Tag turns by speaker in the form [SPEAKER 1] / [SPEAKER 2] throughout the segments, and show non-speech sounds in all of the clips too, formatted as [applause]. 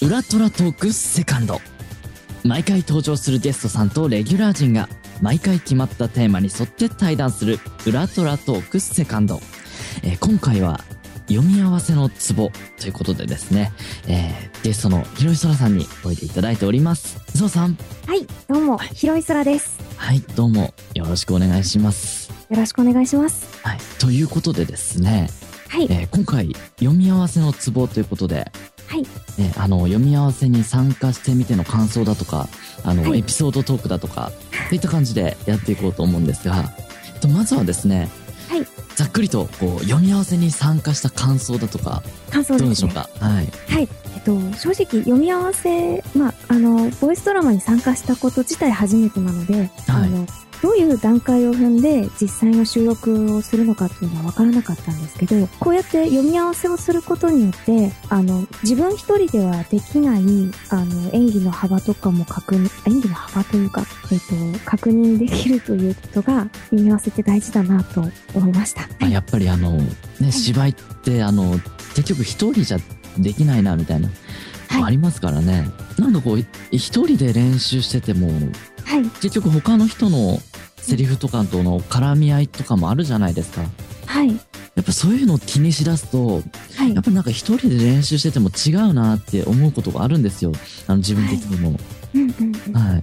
[SPEAKER 1] 裏トラトークセカンド毎回登場するゲストさんとレギュラー陣が毎回決まったテーマに沿って対談する裏トラトークセカンド、えー今回は読み合わせのツボということでですね、えーゲストのひろいそらさんにおいでいただいておりますそうさん
[SPEAKER 2] はい、どうも、広い空です。
[SPEAKER 1] はいどうもよろしくお願いします
[SPEAKER 2] よろしくお願いします。
[SPEAKER 1] はいということでですね
[SPEAKER 2] はい、
[SPEAKER 1] えー今回読み合わせのツボということで、
[SPEAKER 2] はい
[SPEAKER 1] ね、あの読み合わせに参加してみての感想だとかあの、
[SPEAKER 2] はい
[SPEAKER 1] エピソードトークだとかといった感じでやっていこうと思うんですが、えっと、まずはですね、
[SPEAKER 2] はい
[SPEAKER 1] ざっくりとこう読み合わせに参加した感想だとか
[SPEAKER 2] 感想
[SPEAKER 1] どう
[SPEAKER 2] で
[SPEAKER 1] ですしょ
[SPEAKER 2] ね
[SPEAKER 1] う。か、はい、
[SPEAKER 2] はい、えっと、正直読み合わせ、まあ、あの、ボイスドラマに参加したこと自体初めてなので、あの、どういう段階を踏んで実際の収録をするのかっていうのは分からなかったんですけど、こうやって読み合わせをすることによって、あの、自分一人ではできない、あの、演技の幅とかも確認、演技の幅というか、えっと、確認できるということが、読み合わせって大事だなと思いました。
[SPEAKER 1] あやっぱりあの、ね、芝居ってあの結局一人じゃできないなみたいな、
[SPEAKER 2] はい
[SPEAKER 1] ありますからねなんかこうい一人で練習してても
[SPEAKER 2] はい、
[SPEAKER 1] 結局他の人のセリフとかとの絡み合いとかもあるじゃないですかや
[SPEAKER 2] はい、
[SPEAKER 1] っぱそういうのを気にしだすと
[SPEAKER 2] はい
[SPEAKER 1] やっ。ぱりなんか一人で練習してても違うなって思うことがあるんですよあの自分的にも
[SPEAKER 2] うんうんうん。
[SPEAKER 1] はい、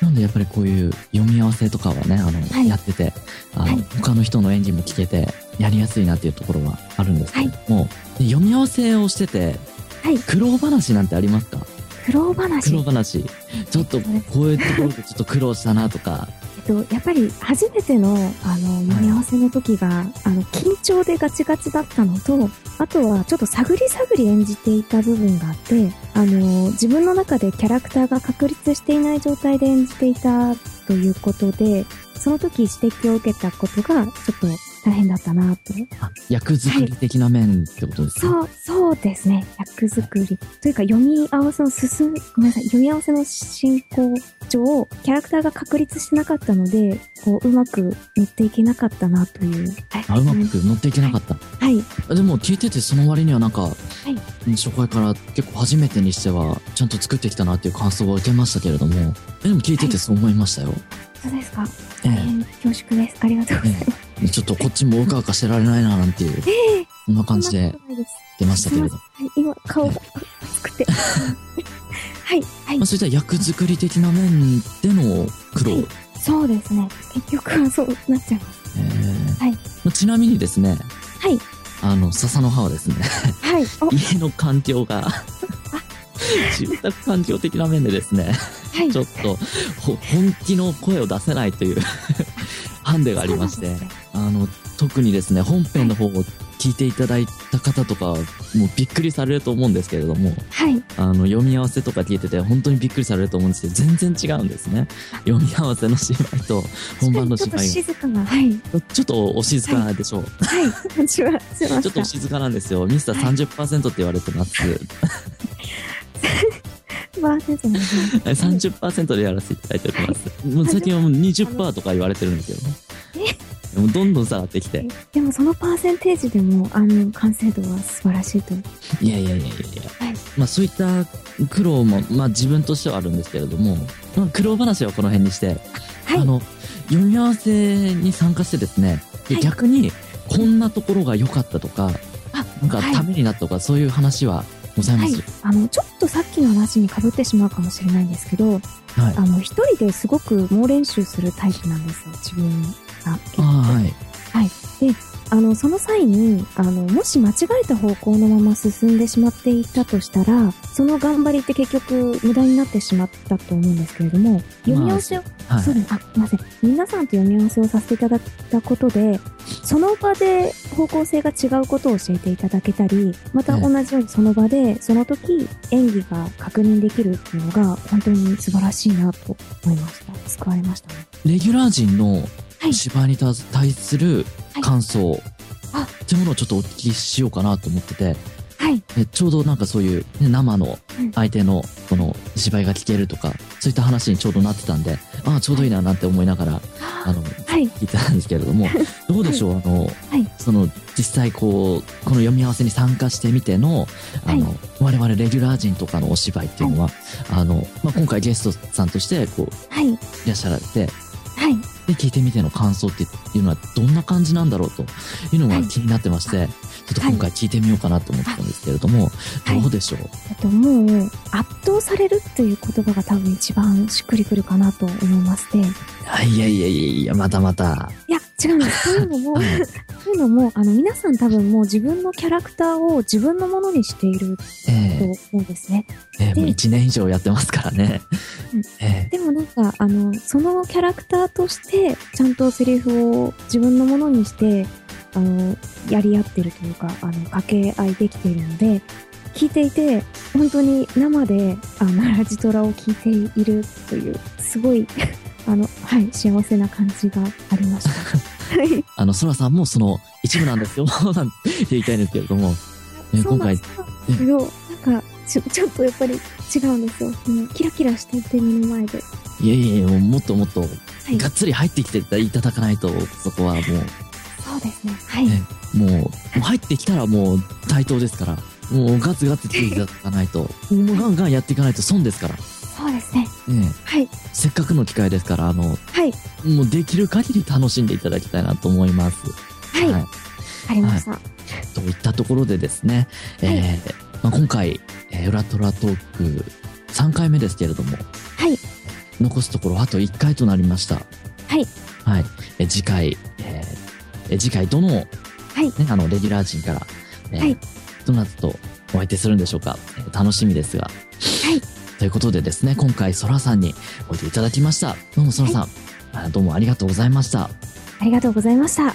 [SPEAKER 1] なんでやっぱりこういう読み合わせとかはねあの、
[SPEAKER 2] はい
[SPEAKER 1] やっててあの、
[SPEAKER 2] はい
[SPEAKER 1] 他の人の演技も聞けてやりやすいなっていうところはあるんですけども、で読み合わせをしてて
[SPEAKER 2] はい、
[SPEAKER 1] 苦労話なんてありますか
[SPEAKER 2] 苦労話。
[SPEAKER 1] 苦労話ちょっとこういうところでちょっと苦労したなとか
[SPEAKER 2] えっと、やっぱり初めてのあの
[SPEAKER 1] い
[SPEAKER 2] 読み合わせの時が、あの緊張でガチガチだったのとあとはちょっと探り探り演じていた部分があってあの自分の中でキャラクターが確立していない状態で演じていたということでその時指摘を受けたことがちょっと大変だったなと
[SPEAKER 1] あ役作り的な面ってことですか、
[SPEAKER 2] そう、そうですね。役作り。というか、読み合わせの進み、ごめんなさい、読み合わせの進行上、キャラクターが確立してなかったので、こう、うまく乗っていけなかったなという。はい。
[SPEAKER 1] あうまく乗っていけなかった、
[SPEAKER 2] はい。
[SPEAKER 1] でも聞いててその割にはなんか、
[SPEAKER 2] い
[SPEAKER 1] 初回から結構初めてにしてはちゃんと作ってきたなっていう感想を受けましたけれどもえでも聞いててそう思いましたよ、
[SPEAKER 2] そうですか。
[SPEAKER 1] え
[SPEAKER 2] 大変恐縮です。ありがとうございます。
[SPEAKER 1] えちょっとこっちもうかうかしてられないななんていう
[SPEAKER 2] ええ
[SPEAKER 1] そんな感じ
[SPEAKER 2] そん
[SPEAKER 1] で
[SPEAKER 2] なことないです
[SPEAKER 1] 出ましたけれど、
[SPEAKER 2] す
[SPEAKER 1] ま
[SPEAKER 2] いませんはい。今、顔が熱くて。はい。はい
[SPEAKER 1] あ、。そういった役作り的な面での苦労、
[SPEAKER 2] はいそうですね。結局はそうなっちゃいます。
[SPEAKER 1] えー
[SPEAKER 2] はい
[SPEAKER 1] まあちなみにですね
[SPEAKER 2] はい。
[SPEAKER 1] あの笹の葉はですね
[SPEAKER 2] はい。お、は
[SPEAKER 1] 家の環境が住宅環境的な面でですね
[SPEAKER 2] い。
[SPEAKER 1] ちょっとほ本気の声を出せないというハンデがありまし
[SPEAKER 2] そう
[SPEAKER 1] て
[SPEAKER 2] なんですね
[SPEAKER 1] あの特にですね本編の方を聞いていただいた方とかもうびっくりされると思うんですけれども
[SPEAKER 2] はい。
[SPEAKER 1] あの読み合わせとか聞いてて本当にびっくりされると思うんですけど全然違うんですね読み合わせの芝居と本番の
[SPEAKER 2] ちょっ
[SPEAKER 1] 芝
[SPEAKER 2] と
[SPEAKER 1] 居
[SPEAKER 2] 静かな。はい。
[SPEAKER 1] がちょっとお静かでしょう、
[SPEAKER 2] はい、こんにちは。すいま
[SPEAKER 1] ち
[SPEAKER 2] せ
[SPEAKER 1] ょっとお
[SPEAKER 2] ん。
[SPEAKER 1] 静かなんですよミスター30%って言われてます、
[SPEAKER 2] まあ、先生もね
[SPEAKER 1] はい30%でやらせていただいており
[SPEAKER 2] [laughs]
[SPEAKER 1] ます。もう最近はもう20%とか言われてるんですけどね。もうどんどん下がってきて。
[SPEAKER 2] でも、そのパーセンテージでも、あの、完成度は素晴らしいと。
[SPEAKER 1] いやいやいやいやい
[SPEAKER 2] はい
[SPEAKER 1] や。まあそういった苦労も、まあ自分としてはあるんですけれども、まあ苦労話はこの辺にして、
[SPEAKER 2] はい
[SPEAKER 1] あ。の、読み合わせに参加してですね、で
[SPEAKER 2] はい
[SPEAKER 1] 逆にこんなところが良かったとか、
[SPEAKER 2] あ
[SPEAKER 1] なんか
[SPEAKER 2] はい
[SPEAKER 1] ためになったとか、そういう話はございま
[SPEAKER 2] はい
[SPEAKER 1] す。、
[SPEAKER 2] あのちょっとさっきの話にかぶってしまうかもしれないんですけど
[SPEAKER 1] はい。
[SPEAKER 2] あの一人ですごく猛練習するタイプなんですよ自分が
[SPEAKER 1] ああ、はい。
[SPEAKER 2] あのその際にあのもし間違えた方向のまま進んでしまっていたとしたらその頑張りって結局無駄になってしまったと思うんですけれども読み合わせを
[SPEAKER 1] はい
[SPEAKER 2] そうです。あ、すいません。皆さんと読み合わせをさせていただいたことで、その場で方向性が違うことを教えていただけたり、また
[SPEAKER 1] ええ
[SPEAKER 2] 同じようにその場で、その時演技が確認できるっていうのが、本当に素晴らしいなと思いました。救われましたね。
[SPEAKER 1] レギュラー陣の
[SPEAKER 2] はい
[SPEAKER 1] 芝居に対す対する感想、
[SPEAKER 2] あ
[SPEAKER 1] ってものをちょっとお聞きしようかなと思ってて、
[SPEAKER 2] はい。
[SPEAKER 1] でちょうどなんかそういう、ね、生の
[SPEAKER 2] うん
[SPEAKER 1] 相手のこの芝居が聞けるとか、そういった話にちょうどなってたんで、ああ、ちょうどいいななんて思いながら、あの、
[SPEAKER 2] はい。はい
[SPEAKER 1] 聞いたんですけれども、どうでしょう、あの、
[SPEAKER 2] い
[SPEAKER 1] その実際こうこの読み合わせに参加してみてのあの、
[SPEAKER 2] は
[SPEAKER 1] 我々レギュラー陣とかのお芝居っていうのは、あのまあ、今回ゲストさんとしてこう
[SPEAKER 2] はい、
[SPEAKER 1] いらっしゃられて
[SPEAKER 2] はい。
[SPEAKER 1] で聞いてみての感想っていうのはどんな感じなんだろうというのが気になってまして、ちょっと今回聞いてみようかなと思ったんですけれども、
[SPEAKER 2] はい
[SPEAKER 1] どうでしょう、
[SPEAKER 2] えっと、もう、圧倒されるっていう言葉が多分一番しっくりくるかなと思いまして。い
[SPEAKER 1] い、いやいやいやいやまたまた、
[SPEAKER 2] や、違うんです。そういうのも、
[SPEAKER 1] はい
[SPEAKER 2] そういうのも、あの、皆さん多分もう自分のキャラクターを自分のものにしている
[SPEAKER 1] え
[SPEAKER 2] と
[SPEAKER 1] え
[SPEAKER 2] 思うんですね。
[SPEAKER 1] ええもう
[SPEAKER 2] で
[SPEAKER 1] 1年以上やってますからね
[SPEAKER 2] うん。
[SPEAKER 1] え
[SPEAKER 2] でもなんか、あの、そのキャラクターとして、ちゃんとセリフを自分のものにして、あの、やり合ってるというか、あの、掛け合いできているので、聞いていて、本当に生で、あの、ラジトラを聞いているという、すごい、 [laughs] あの、はい、幸せな感じがありました。はい。
[SPEAKER 1] あの、ソラさんもその一部なんですよ、 [laughs] なんて言いたいんですけれども、ね
[SPEAKER 2] そう
[SPEAKER 1] 今
[SPEAKER 2] な
[SPEAKER 1] 回
[SPEAKER 2] んです、けど、なんか、ちょちょっとやっぱり違うんですよ。もうキラキラしていて、目の前で。
[SPEAKER 1] いやいやいや、もうもっともっと、
[SPEAKER 2] い
[SPEAKER 1] がっつり入ってきていただかないと、そこはも
[SPEAKER 2] そうですね。はい。
[SPEAKER 1] ねう、もう、もう入ってきたらもう対等ですから、もうガツガツついていただかないと、もうガンガンやっていかないと損ですから、
[SPEAKER 2] そうですね。
[SPEAKER 1] ね
[SPEAKER 2] はい。
[SPEAKER 1] え、せっかくの機会ですから、あの、
[SPEAKER 2] はい。
[SPEAKER 1] もうできる限り楽しんでいただきたいなと思います。
[SPEAKER 2] はい。わかりました。
[SPEAKER 1] といったところでですね、
[SPEAKER 2] はい
[SPEAKER 1] えーまあ、今回、えー、裏トラトーク3回目ですけれども、
[SPEAKER 2] はい
[SPEAKER 1] 残すところあと1回となりました。
[SPEAKER 2] はい。
[SPEAKER 1] はい。えー次回、えーえー次回どの、ね、
[SPEAKER 2] はい。
[SPEAKER 1] あの、レギュラー陣から、えー
[SPEAKER 2] はい
[SPEAKER 1] どなたとお相手するんでしょうか、えー楽しみですが。
[SPEAKER 2] い
[SPEAKER 1] ということでですね、今回、ソラさんにおいでいただきました。どうも、ソラさん、あどうもありがとうございました。
[SPEAKER 2] ありがとうございました。